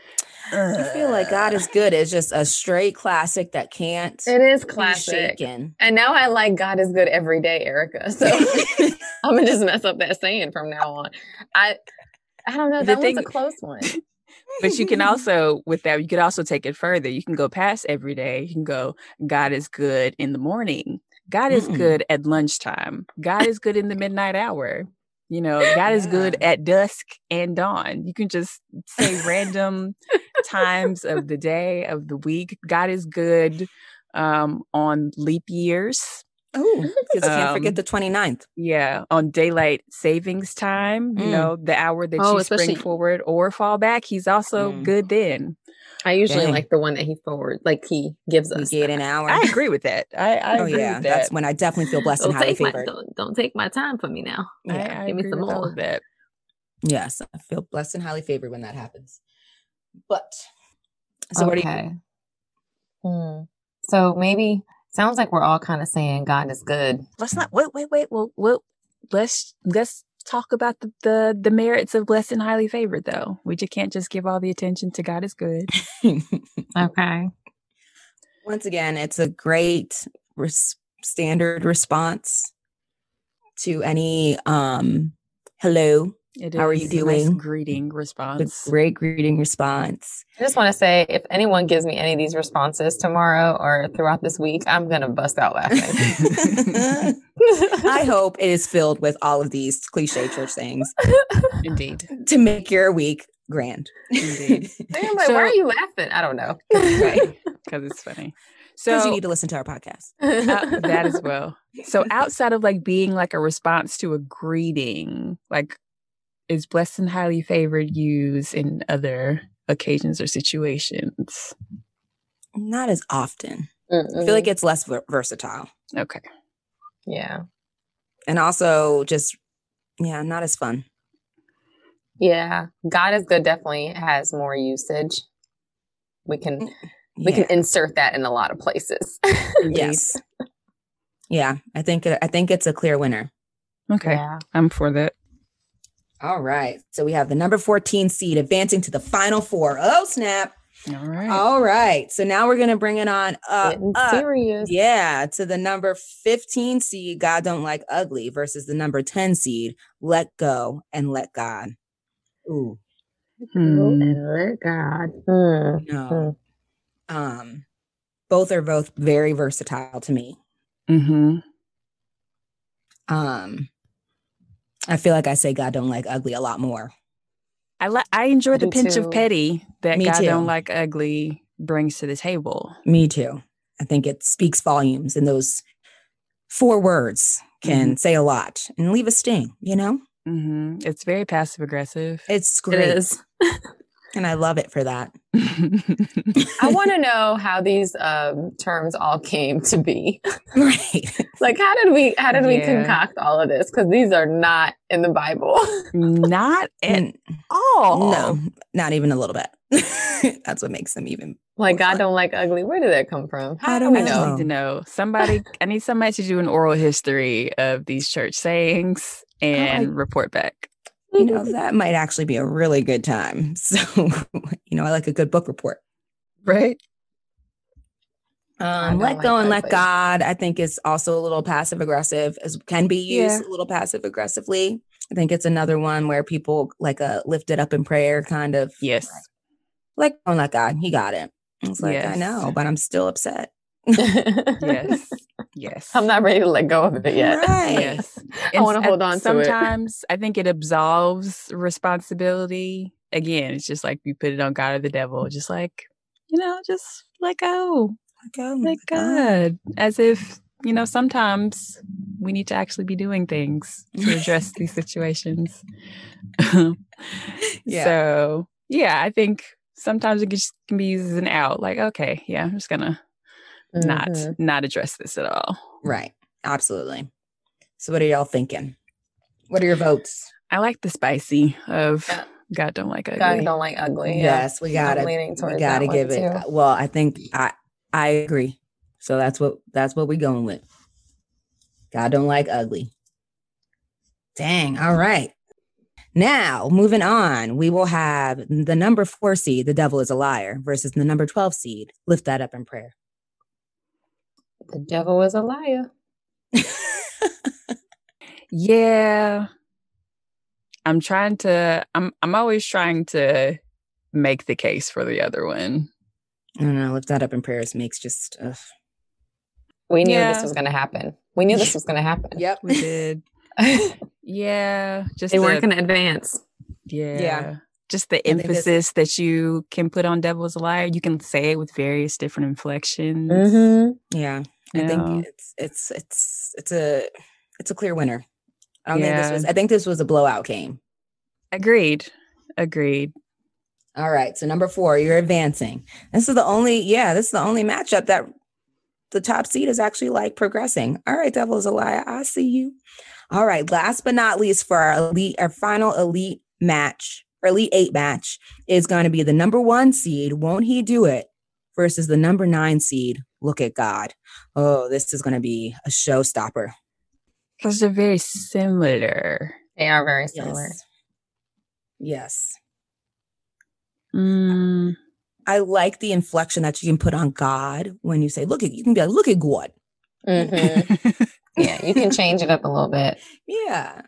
I Ugh. feel like God is good is just a straight classic that can't It is be classic. shaken. And now I like God is good every day, Erica. So I'm gonna just mess up that saying from now on. I I don't know. The That was thing- a close one. But you can also, with that, you could also take it further. You can go past every day. You can go, God is good in the morning. God is Mm-mm. good at lunchtime. God is good in the midnight hour. You know, God is good at dusk and dawn. You can just say random times of the day, of the week. God is good um, on leap years. Oh, because I can't Um, forget the 29th. Yeah, on daylight savings time, you Mm. know, the hour that Oh, you spring especially- forward or fall back, he's also Mm. good then. I usually Dang. like the one that he forward, like he gives We us. get that. an hour. I agree with that. I, I oh, agree yeah. with That's that. when I definitely feel blessed Don't and highly take my favored. don't, don't take my time from me now. I, Yeah. I give me agree some with all more. of that. Yes. I feel blessed and highly favored when that happens. But so what do you Okay. Hmm. So maybe sounds like we're all kind of saying God is good. Let's not wait, wait, wait. Well, well, let's let's talk about the, the the merits of blessed and highly favored though. We just can't just give all the attention to God is good. Okay. Once again, it's a great res- standard response to any um hello, It How are you is a nice doing? greeting the response. great greeting response. I just want to say if anyone gives me any of these responses tomorrow or throughout this week, I'm going to bust out laughing. I hope it is filled with all of these cliche church things Indeed. to make your week grand. Indeed. I'm like, So- why are you laughing? I don't know. right. Because it's funny. So Because you need to listen to our podcast. uh, that as well. So outside of like being like a response to a greeting, like is blessed and highly favored used in other occasions or situations? Not as often. I Mm-mm. feel like it's less ver- versatile. Okay. yeah. And also just, yeah, not as fun. Yeah. God is good definitely has more usage. We can we Yeah. can insert that in a lot of places. Yes. Yeah, I think I think it's a clear winner. Okay. Yeah. I'm for that. All right. So we have the number 14 seed advancing to the final four. Oh, snap. All right. All right. So now we're going to bring it on up, Getting up, serious. Uh, Yeah, to the number 15 seed, God don't like ugly versus the number 10 seed, let go and let God. Ooh, Go Hmm. and let God. Hmm. no. Um, both are both very versatile to me. Mm-hmm. Um, I feel like I say God don't like ugly a lot more. I li- I enjoy the Me pinch too. of petty that Me God too. don't like ugly brings to the table. Me too. I think it speaks volumes, and those four words Mm-hmm. can say a lot and leave a sting, you know? hmm It's very passive aggressive. It's It great. is. And I love it for that. I want to know how these um, terms all came to be. right. Like, how did we how did we Yeah. concoct all of this? Because these are not in the Bible. Not at And all. No, not even a little bit. That's what makes them even. like, God don't like ugly. Where did that come from? How I do don't we I just know? need to know somebody. I need somebody to do an oral history of these church sayings and report back. You know, Mm-hmm. that might actually be a really good time. So, you know, I like a good book report. Right? Um, don't let like go and that let place. God. I think is also a little passive aggressive, as can be used Yeah. a little passive aggressively. I think it's another one where people like a lift it up in prayer kind of. Yes. Like, oh, let God, he got it. It's like I Yes. know, but I'm still upset. Yes. Yes. I'm not ready to let go of it yet. Right. Yes. I And want to s- hold I- on to it. Sometimes I think it absolves responsibility. Again, it's just like you put it on God or the devil. Just like you know, just let go, Let go, let Mm-hmm. God, as if you know. Sometimes we need to actually be doing things to address these situations. Yeah. So yeah, I think sometimes it just can be used as an out. Like, okay, yeah, I'm just gonna Mhm. not not address this at all. Right. Absolutely. So what are y'all thinking? What are your votes? I like the spicy of Yeah. God don't like ugly. God don't like ugly. Yeah. Yes, we gotta I'm leaning we towards gotta that one, give it. uh, too. Well, I think I I agree. So that's what that's what we going with. God don't like ugly. Dang. All right. Now, moving on, we will have the number four seed, the devil is a liar, versus the number 12 seed, lift that up in prayer. The devil is a liar. Yeah. I'm trying to I'm I'm always trying to make the case for the other one. I don't know. Lift that up in prayers makes just. Ugh. We knew Yeah. this was going to happen. We knew this was going to happen. Yep. We did. yeah. Just they weren't the- going to advance. yeah. Yeah. Just the I think this- emphasis that you can put on devil's liar. You can say it with various different inflections. Mm-hmm. Yeah. I Yeah. think it's it's it's it's a it's a clear winner. I don't think Yeah. this was. I think this was a blowout game. Agreed. Agreed. All right. So number four, you're advancing. This is the only. Yeah, this is the only matchup that the top seed is actually like progressing. All right, Devil is a liar. I see you. All right. Last but not least, for our elite, our final elite match, or elite eight match, is going to be the number one seed. Won't he do it? Versus the number nine seed. Look at God. Oh, this is going to be a showstopper. Because they're very similar. They are very similar. Yes. Mm, I like the inflection that you can put on God when you say, look at, you can be like, look at God. hmm Mm. yeah, you can change it up a little bit. Yeah.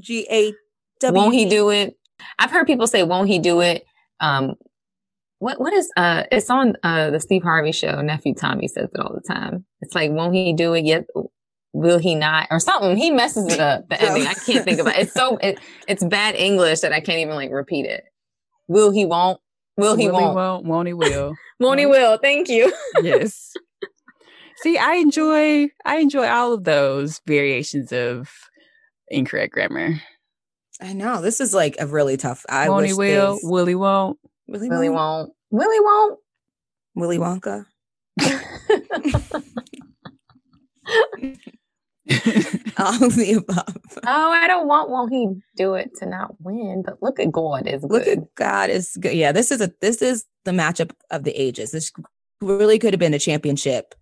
G A W. E. Won't he do it? I've heard people say, "Won't he do it?" Um, what what is uh? It's on uh the Steve Harvey show. Nephew Tommy says it all the time. It's like, "Won't he do it?" Yet, will he not? Or something. He messes it up. The Oh. ending. I can't think about it. It's so it, it's bad English that I can't even like repeat it. Will he? Won't. Will he? Willy won't. won't, won't he will. Won't he? Will. Thank you. yes. See, I enjoy I enjoy all of those variations of incorrect grammar. I know. This is like a really tough. I Won't he wish will, these- Willie won't. Willy, Willy Wonka? won't. Willy won't. Willy Wonka. All of the above. Oh, I don't want. Won't he do it to not win? But look at God is good. Look at God is good. Yeah. This is a, this is the matchup of the ages. This really could have been a championship,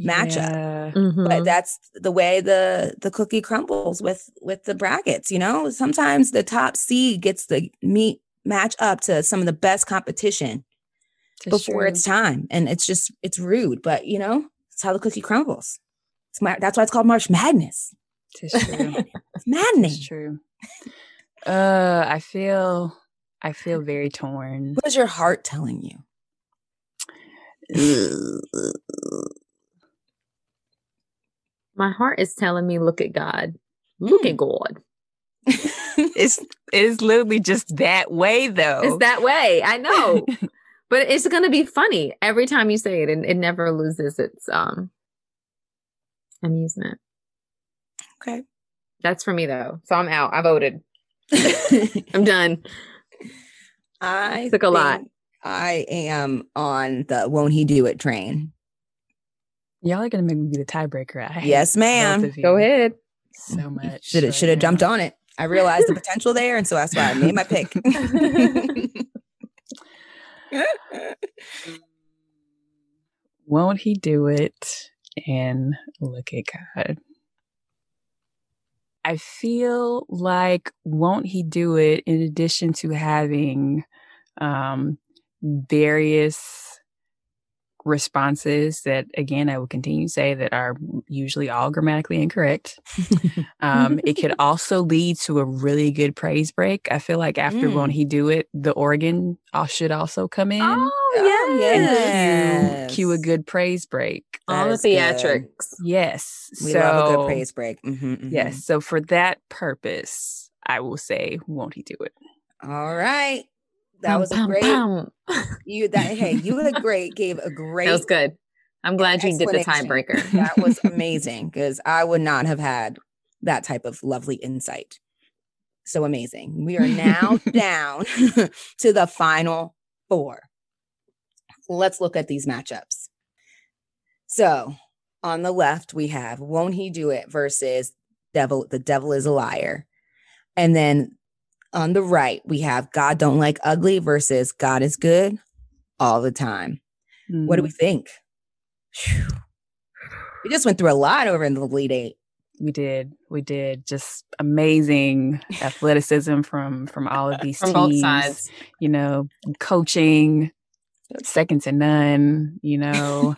Matchup. Yeah. Mm-hmm. but that's the way the the cookie crumbles with with the brackets you know sometimes the top seed gets the meet match up to some of the best competition That's before true. it's time and it's just it's rude but you know it's how the cookie crumbles it's my, that's why it's called march madness That's true. it's maddening That's true. Uh, I feel I feel very torn. what is your heart telling you My heart is telling me, look at God. Look Mm. at God. It's it's literally just that way though. Oh, It's that way. I know. but it's gonna be funny every time you say it and it never loses its um amusement. Okay. That's for me though. So I'm out. I voted. I'm done. i Took a lot. think i am on the won't he do it train Y'all are gonna make me be the tiebreaker. I hate yes both ma'am of Go you ahead. So much. Should have right should have now. jumped on it. I realized the potential there, and so that's why I made my pick. Won't he do it? And look at God. I feel like won't he do it in addition to having um, various responses that again I will continue to say that are usually all grammatically incorrect. Um, it could also lead to a really good praise break. I feel like after Mm. won't he do it, the organ al- should also come in Oh, and cue- yes. cue, a good praise break. All That the is theatrics. good. Yes. we so, love a good praise break. Mhm, mhm. Yes. So for that purpose, I will say, won't he do it? All right. That Pum, was a pum, great. pum. You that hey you a great gave a great. That was good. I'm glad you did the explanation. tiebreaker. That was amazing because I would not have had that type of lovely insight. So amazing. We are now down to the final four. Let's look at these matchups. So on the left, we have Won't He Do It versus Devil, The Devil is a Liar. And then on the right, we have God Don't Like Ugly versus God is Good all the time. Mm. What do we think? Phew. We just went through a lot over in the lead eight. we did. We did just amazing athleticism from from all of these from both teams. sides. You know, coaching second to none. You know,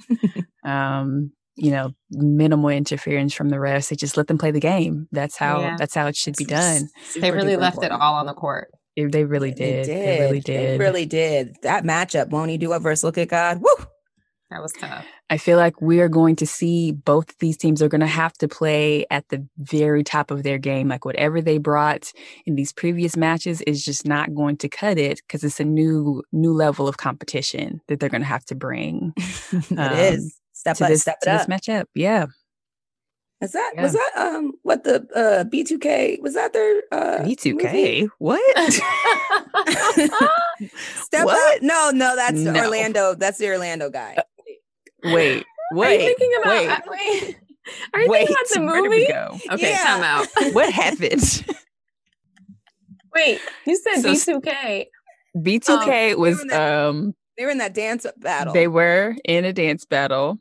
um, you know, minimal interference from the refs. They just let them play the game. That's how Yeah. that's how it should be done. They really left it all on the court. It, they really did. They, really did. They really did. That matchup, Moni Dua versus Look at God. Woo! That was tough. I feel like we are going to see both of these teams are going to have to play at the very top of their game. Like whatever they brought in these previous matches is just not going to cut it because it's a new new level of competition that they're going to have to bring Um, it is. Step to up, this step it to up. this matchup. Yeah, Is that was that um what the uh B2K was that their uh movie? B2K. What? Step What? up. No, no, that's No. Uh, Orlando. That's the Orlando guy. Are Wait, you wait, thinking about? wait, uh, wait. Are you wait. thinking about Where the did we movie? go? Okay, Yeah. time out. What happened? Wait, you said So- B2K. B2K was doing that- um They were in that dance battle. They were in a dance battle.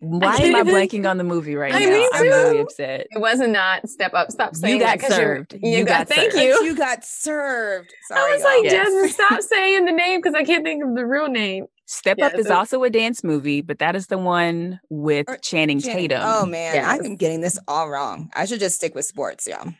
Why am I can't even- blanking on the movie right I- now? me I'm really too. upset. It was not step up. Stop saying You got that 'cause you're- served. You, You got, got thank served. But you. you got served. Sorry, I was like, y'all. Yes. Jasmine, stop saying the name because I can't think of the real name. Step Yeah, Up is so- also a dance movie, but that is the one with Or- Channing Jenny. Tatum. Oh man, Yes. I'm getting this all wrong. I should just stick with sports, y'all.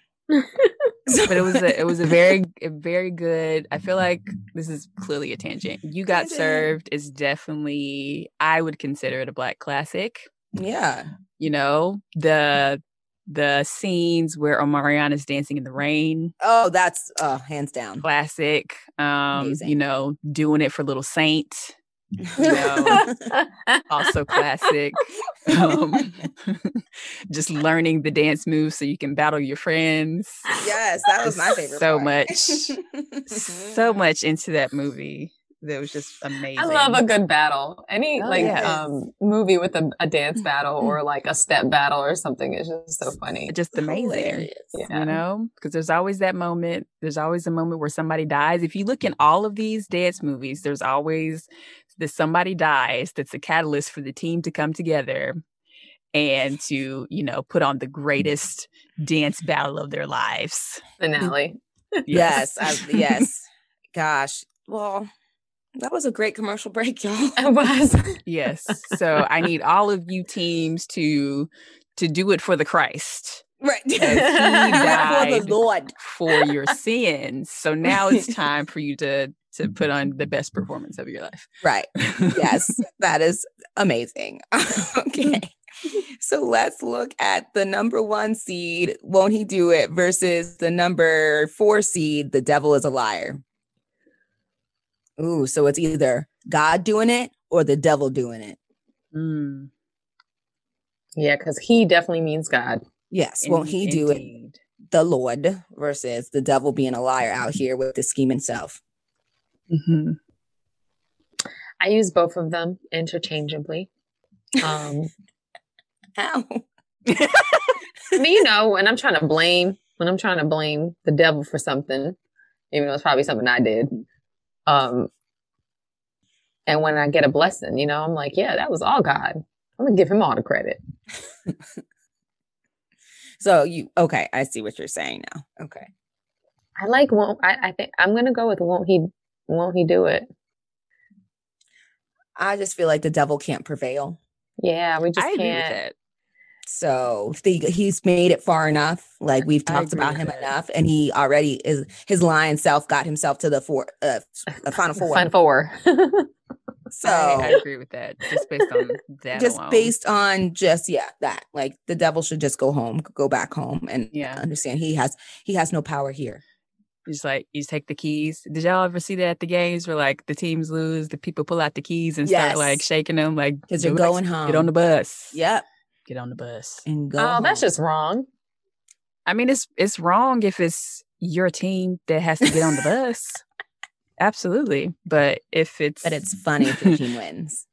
But it was a it was a very a very good. I feel like this is clearly a tangent. You got Tangent. served is definitely I would consider it a black classic. yeah. You know the the scenes where Omarion is dancing in the rain. Oh, that's uh, hands down. Classic, um, you Amazing. know, doing it for Little Saint. No. also classic. Um, just learning the dance moves so you can battle your friends. yes, that was my favorite. So part. much. So much into that movie that was just amazing. Mm-hmm. I love a good battle. Any Oh, like yes. Mm-hmm. um, movie with a, a dance battle or like a step battle or something is just so funny. just amazing. Hilarious. Yeah. You know, because there's always that moment. There's always a moment where somebody dies. If you look in all of these dance movies, there's always that somebody dies that's a catalyst for the team to come together and to, you know, put on the greatest dance battle of their lives. Finale. Yes, I, yes. Gosh. Well, that was a great commercial break, y'all. It was. yes. So I need all of you teams to to do it for the Christ, Right. died. For the Lord. for your sins. So now it's time for you to to put on the best performance of your life. Right. Yes, that is amazing. okay. So let's look at the number one seed, Won't He Do It, versus the number four seed, The Devil is a Liar. Ooh, so it's either God doing it or the devil doing it. Mm, yeah, because he definitely means God. Yes, won't he indeed- do it? indeed. The Lord versus the devil being a liar out here with the scheme himself. Mm-hmm. Mhm. I use both of them interchangeably. Um, Ow. I mean, you know, when I'm trying to blame, when I'm trying to blame the devil for something, even though it's probably something I did. Um, and when I get a blessing, you know, I'm like, yeah, that was all God. I'm gonna give him all the credit. So you okay, I see what you're saying now. Okay. I like won't I, I think I'm gonna go with won't he won't he do it? I just feel like the devil can't prevail. Yeah, we just I agree with can't. that. So the, he's made it far enough. Like we've I talked agree about with him that. enough, and he already is his lion self got himself to the four, uh, f- uh, final four. Fun four. so I, I agree with that. Just based on that. just alone. based on just yeah that, like the devil should just go home, go back home, and Yeah. understand he has he has no power here. Just like you take the keys. Did y'all ever see that at the games where like the teams lose, the people pull out the keys and start like Yes. shaking them, like Because you're "Relax, going home. Get on the bus. yep, Get on the bus. and go. oh, that's home. just wrong. I mean, it's it's wrong if it's your team that has to get on the bus. Absolutely, but if it's But it's funny if your team wins.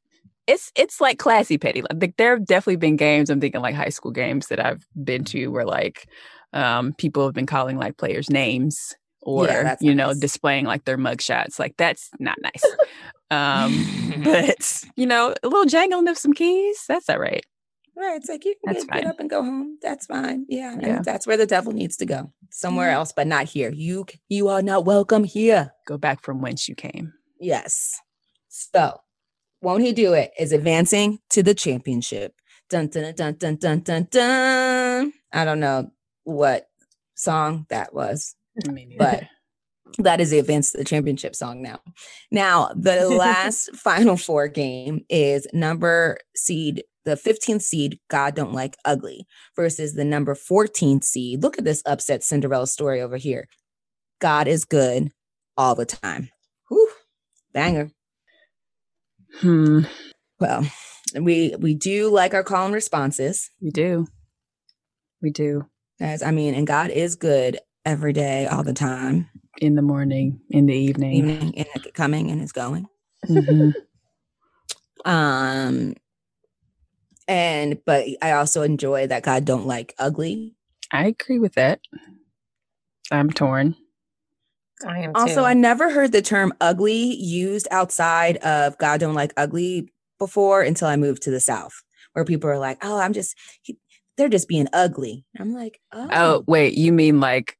it's it's like classy petty. Like th- there have definitely been games. I'm thinking like high school games that I've been to where like um, people have been calling like players names or that's you know nice. displaying like their mugshots. Like that's not nice. um, but you know, a little jangling of some keys. That's all right. Right. It's like you can That's get, get fine. up and go home. That's fine. Yeah. and Yeah. that's where the devil needs to go. Somewhere Mhm. else, but not here. You c- you are not welcome here. Go back from whence you came. Yes. So won't he do it? Is advancing to the championship. Dun dun dun dun dun dun dun. I don't know what song that was. Me neither. But- That is the advance to the championship song now. Now, the last final four game is number seed, the 15th seed, God Don't Like Ugly, versus the number 14th seed. Look at this upset Cinderella story over here. God is good all the time. Whew, banger. hmm, Well, we we do like our call and responses. we do. We do. As I mean, and God is good every day, all the time. In the morning, in the evening. Evening and it's coming and it's going. Mhm. um and but i also enjoy that god don't like ugly I agree with that. I'm torn. I am also too. i never heard the term ugly used outside of god don't like ugly before until i moved to the south where people are like oh i'm just he, they're just being ugly i'm like oh, Oh, wait, you mean like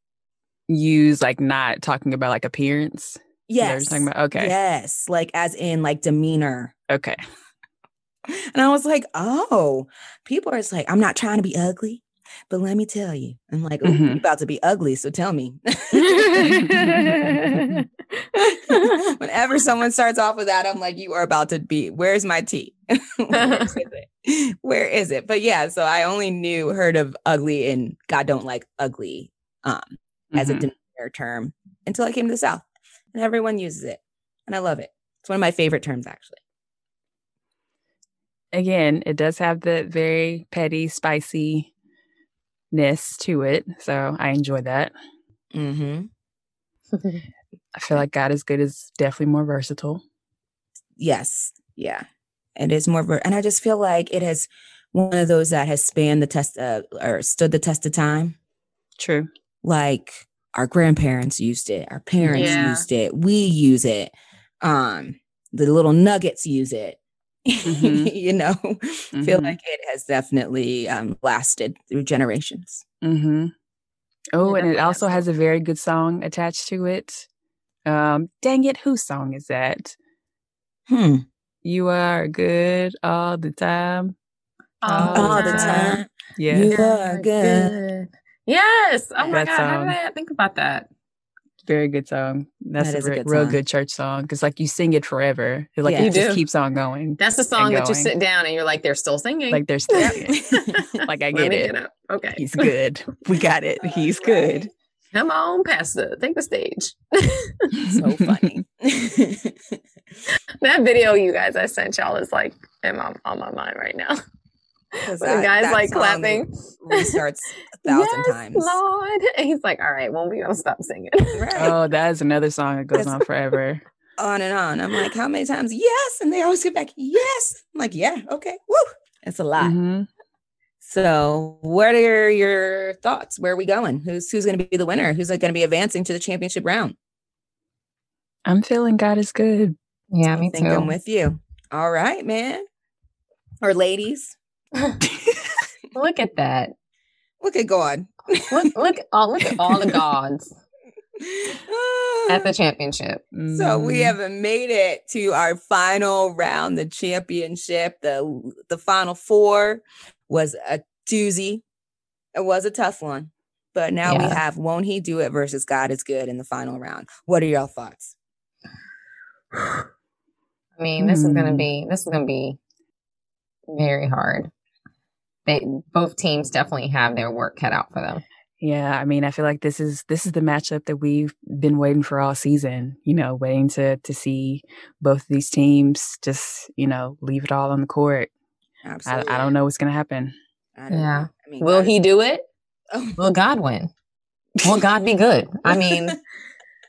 use like not talking about like appearance? Is that what yes you're talking about? Okay. yes like as in like demeanor Okay. and i was like oh people are just like i'm not trying to be ugly but let me tell you i'm like "Ooh, Mhm. you're about to be ugly so tell me Whenever someone starts off with that, I'm like, you are about to be, where's my tea? Where is it? Where is it? But yeah, so I only knew, heard of ugly and God don't like ugly um, as a Mhm. demeanor term until I came to the South. And everyone uses it. And I love it. It's one of my favorite terms, actually. again, it does have the very petty spiciness to it. So I enjoy that. Mm-hmm. I feel like God is good is definitely more versatile. Yes. Yeah. It is more, ver- and I just feel like it has one of those that has spanned the test uh, or stood the test of time. True. like our grandparents used it our parents Yeah. used it we use it um the little nuggets use it Mm-hmm. Mhm. you know feel Mhm. like it has definitely um lasted through generations Mm-hmm. Yeah, Oh, and it definitely also has a very good song attached to it. Um, dang it, whose song is that? hmm. You are good all the time. all, all Oh, the time. time Yeah. You are good. Yes. Oh my That God. How song. did I not think about that? very good song. That's That a, is a re- good real song. good church song because like you sing it forever. It, like Yeah. it You just do. keeps on going. That's the song that you going. sit down and you're like, they're still singing. Like there's still in it. like I Let get me it. up. Okay. He's good. We got it. All He's right. good. Come on, Pastor. Take the stage. so funny that video you guys I sent y'all is like in my, on my mind right now. 'Cause When that- the guy's that like song clapping. restarts a thousand Yes, times Lord. And he's like, all right, when we gonna stop singing? right Oh, that is another song that goes on forever. on and on i'm like how many times yes and they always get back yes i'm like yeah okay Woo. it's a lot Mhm. So, what are your thoughts? Where are we going? Who's who's going to be the winner? Who's going to be advancing to the championship round? I'm feeling God is good. Yeah, I think I'm with you. All right, man, or ladies. Look at that. Look at God. Look, look, all, look at all the gods at Ah, the championship. so we Mhm. have made it to our final round, the championship. the The final four was a doozy. It was a tough one, but now we Yeah. have "Won't He Do It" versus "God Is Good" in the final round. What are y'all thoughts? I mean, this is gonna Hmm. be this is gonna be very hard. They both teams definitely have their work cut out for them. Yeah, I mean, I feel like this is this is the matchup that we've been waiting for all season. You know, waiting to to see both of these teams just you know leave it all on the court. I, I don't know what's gonna happen. I don't Yeah. know. I mean, Will God he is- do it? Oh. Will God win? Will God be good? I mean,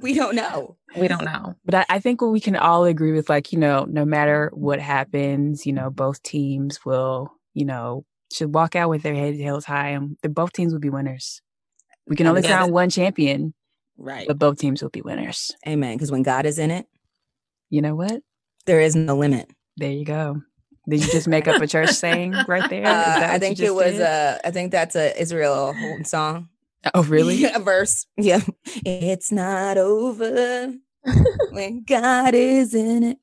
we don't know. we don't know. But I, I think what we can all agree with, like you know, no matter what happens, you know, both teams will you know should walk out with their head held high, and the, both teams will be winners. We can Yeah, only but- crown one champion, Right. but both teams will be winners. Amen. Because when God is in it, You know what? there is no limit. There you go. Did you just make up a church saying right there? Is Uh, that I what think you it just was did? a. I think that's a Israel Holden song. oh, really? a verse. Yeah. It's not over when God is in it.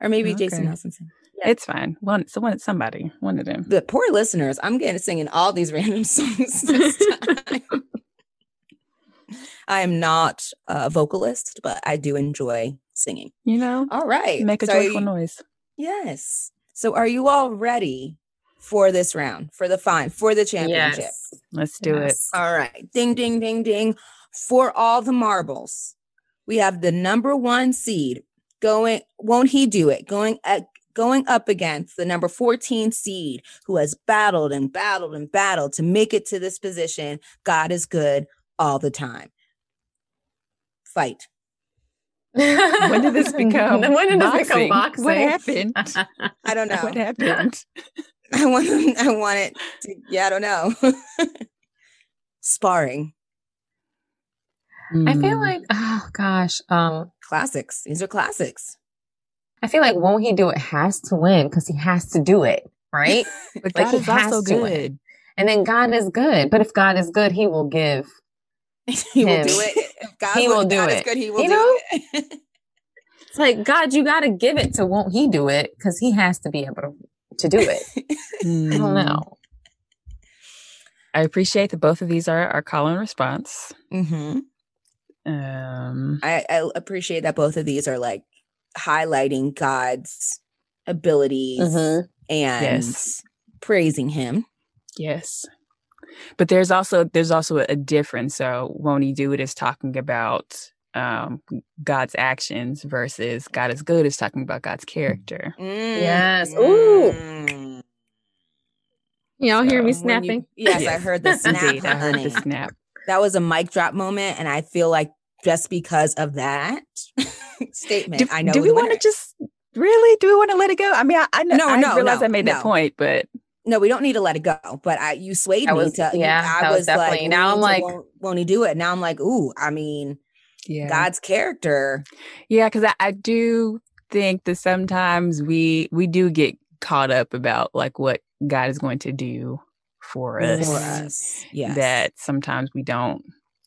Or maybe Jason Okay. Nelson. sang. It's fine. One, someone, somebody, one of them. The poor listeners, I'm getting singing all these random songs this time. I am not a vocalist, but I do enjoy singing. You know, All right. make a So joyful you- noise. Yes. So are you all ready for this round, for the fine, for the championship? Yes. Let's do Yes. All right. Ding, ding, ding, ding. For all the marbles, we have the number one seed going. Won't he do it? Going at, going up against the number 14 seed who has battled and battled and battled to make it to this position. God is good all the time. Fight. it. When did this become? when did this become boxing? boxing? What happened? I don't know. What happened? I want them, I want it to, yeah, I don't know. Sparring. I feel Mm. like oh gosh, um, Classics. These are classics. I feel like won't he do it has to win because he has to do it right. but like God he is also has to win. good. and then God is good, but if God is good, He will give. he will do Him. it. If God, He will, will if do God is it. good. He will You do know? it. It's like God, you got to give it to won't he do it because he has to be able to to do it. I don't Mm. know. I appreciate that both of these are our call and response. hmm Um, I, I appreciate that both of these are like highlighting God's abilities Mhm. and Yes. praising Him. yes, but there's also there's also a difference. So won't he do it is talking about um, God's actions versus God is good is talking about God's Hmm. character. Yes. Ooh. Mm. Y'all hear me So When you- snapping? yes, I Yes. heard the snap. Indeed, I heard honey. the snap. That was a mic drop moment, and I feel like just because of that statement, Do, I know. do who we the want winner to is. just really? Do we want to let it go? I mean, I, I, No, no, I no, realize no, I made no. that point, but No, we don't need to let it go. But I, you swayed That me was- to. you- yeah, I that was definitely- like. now we I'm need to like- won't, won't he do it? Now I'm like, ooh. I mean, yeah, God's character. Yeah, because I, I do think that sometimes we we do get caught up about like what God is going to do for us. for us. Yes. That sometimes we don't.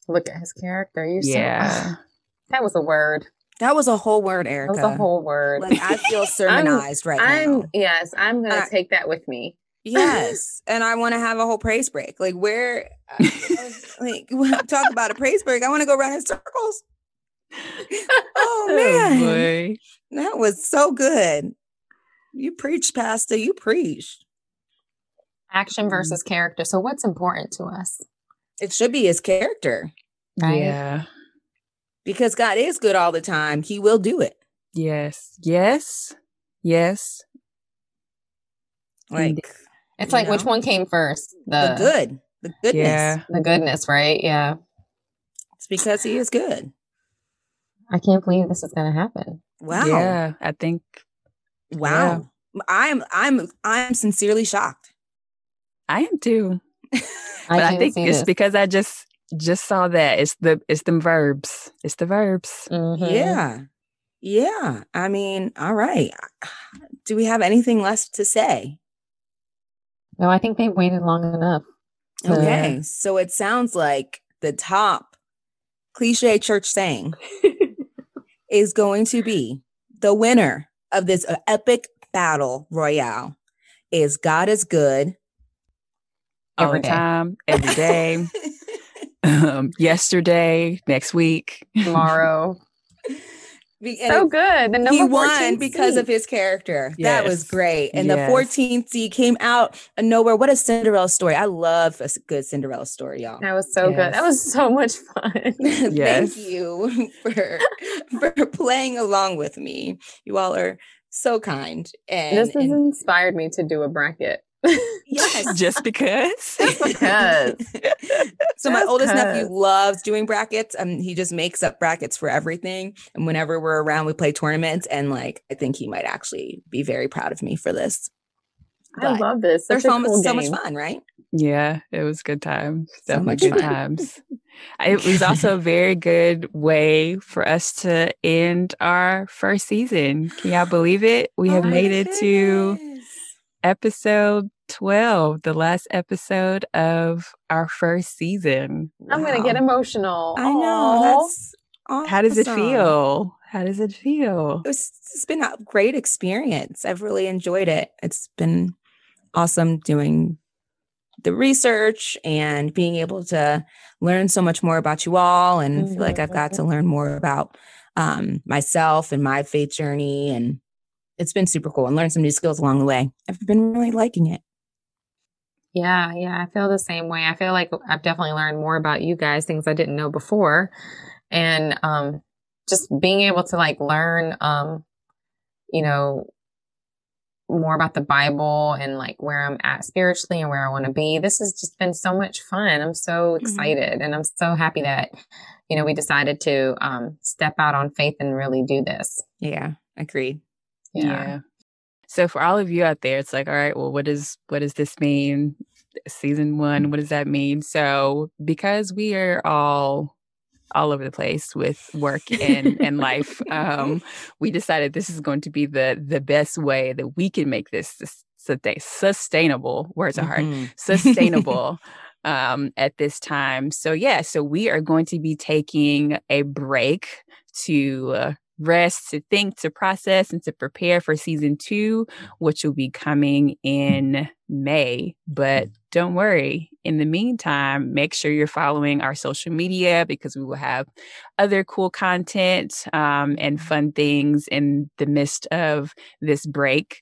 Look at his character. You're so. yeah. that was a word. that was a whole word, That Erica. was a whole word. Like I feel sermonized right I'm now. yes. I'm gonna I- take that with me. Yes, and I want to have a whole praise break. Like where, I- I was- like when I talk about a praise break, I want to go around in circles. Oh man, boy. that was so good. You preached, Pastor. You preached. Action versus character. So what's important to us? It should be his character Right? Yeah. because God is good all the time. He will do it. Yes. Yes. Yes. Like It's You like which know? one came first? the good, the goodness. Yeah. The goodness, right? Yeah. It's because he is good. I can't believe this is gonna happen. Wow. Yeah. I think Wow. I'm I'm I'm sincerely shocked. I am too. I but I can't think see it's this. because I just just saw that. It's the it's the verbs. It's the verbs. Mhm. Yeah. Yeah. I mean, all right. Do we have anything less to say? No, I think they waited long enough. Okay. So it sounds like the top cliche church saying is going to be the winner of this uh, epic battle royale is God is good. Oh, All Every the day. time, every day, um, yesterday, next week. Tomorrow. Be- and so it- good. The number he won 14 because of seed. his character. That was Yes. great. And Yes. the 14th seed came out of nowhere. What a Cinderella story. I love a s- good Cinderella story, y'all. That was so good. That Yes. was so much fun. Yes. Thank you for for playing along with me. You all are so kind. And, this has and- inspired me to do a bracket. yes. just because. because. so my Just oldest nephew 'cause. loves doing brackets. Um, he just makes up brackets for everything. And whenever we're around, we play tournaments. And like, I think he might actually be very proud of me for this. I But love this. They're Such a so, mu- cool so much game. fun, right? yeah, it was good times. So Definitely much good fun. times. It was also a very good way for us to end our first season. Can y'all believe it? We have Oh my made it to goodness. episode 12, the last episode of our first season. I'm gonna get emotional. I know. That's awesome. How does it feel? How does it feel? It was, it's been a great experience. I've really enjoyed it. It's been awesome doing the research and being able to learn so much more about you all and mm-hmm. feel like I've got to learn more about um, myself and my faith journey and it's been super cool and learned some new skills along the way. I've been really liking it. Yeah, yeah, I feel the same way. I feel like I've definitely learned more about you guys, things I didn't know before, and um, just being able to like learn, um, you know, more about the Bible and like where I'm at spiritually and where I want to be. This has just been so much fun. I'm so excited mm-hmm. and I'm so happy that, you know, we decided to um, step out on faith and really do this. Yeah, agreed. Yeah. yeah. So for all of you out there, it's like, all right, well, what does what does this mean? Season one, what does that mean? So because we are all all over the place with work and, and life. Um, we decided this is going to be the the best way that we can make this, this, this sustainable. Words are hard. Mm-hmm. Sustainable um, at this time. So yeah, so we are going to be taking a break to. Uh, rest to think to process and to prepare for season two which will be coming in may but don't worry. In the meantime, make sure you're following our social media because we will have other cool content um, and fun things in the midst of this break.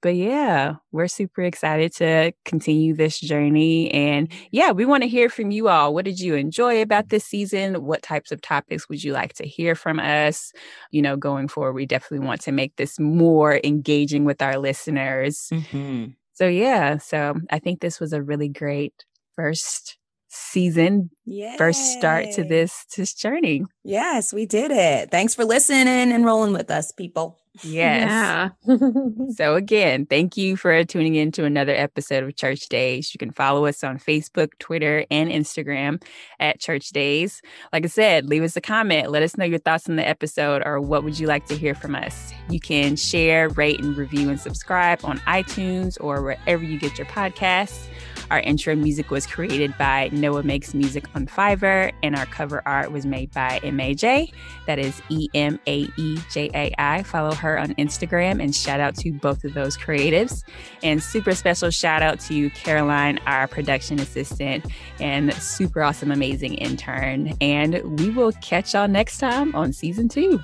But yeah, we're super excited to continue this journey. And yeah, we want to hear from you all. What did you enjoy about this season? What types of topics would you like to hear from us? You know, going forward, we definitely want to make this more engaging with our listeners. Mm-hmm. So yeah, so I think this was a really great first season, Yay. first start to this this journey. Yes, we did it. Thanks for listening and rolling with us, people. Yes. Yeah. so again, thank you for tuning in to another episode of Church Days. You can follow us on Facebook, Twitter, and Instagram at Church Days. Like I said, leave us a comment. Let us know your thoughts on the episode or what would you like to hear from us. You can share, rate, and review and subscribe on iTunes or wherever you get your podcasts. Our intro music was created by Noah Makes Music on Fiverr, and our cover art was made by MAJ. That is E M A E J A I. Follow her on Instagram and shout out to both of those creatives. And super special shout out to Caroline, our production assistant, and super awesome, amazing intern. And we will catch y'all next time on season two.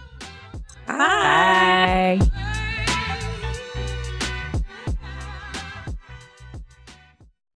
Bye. Bye.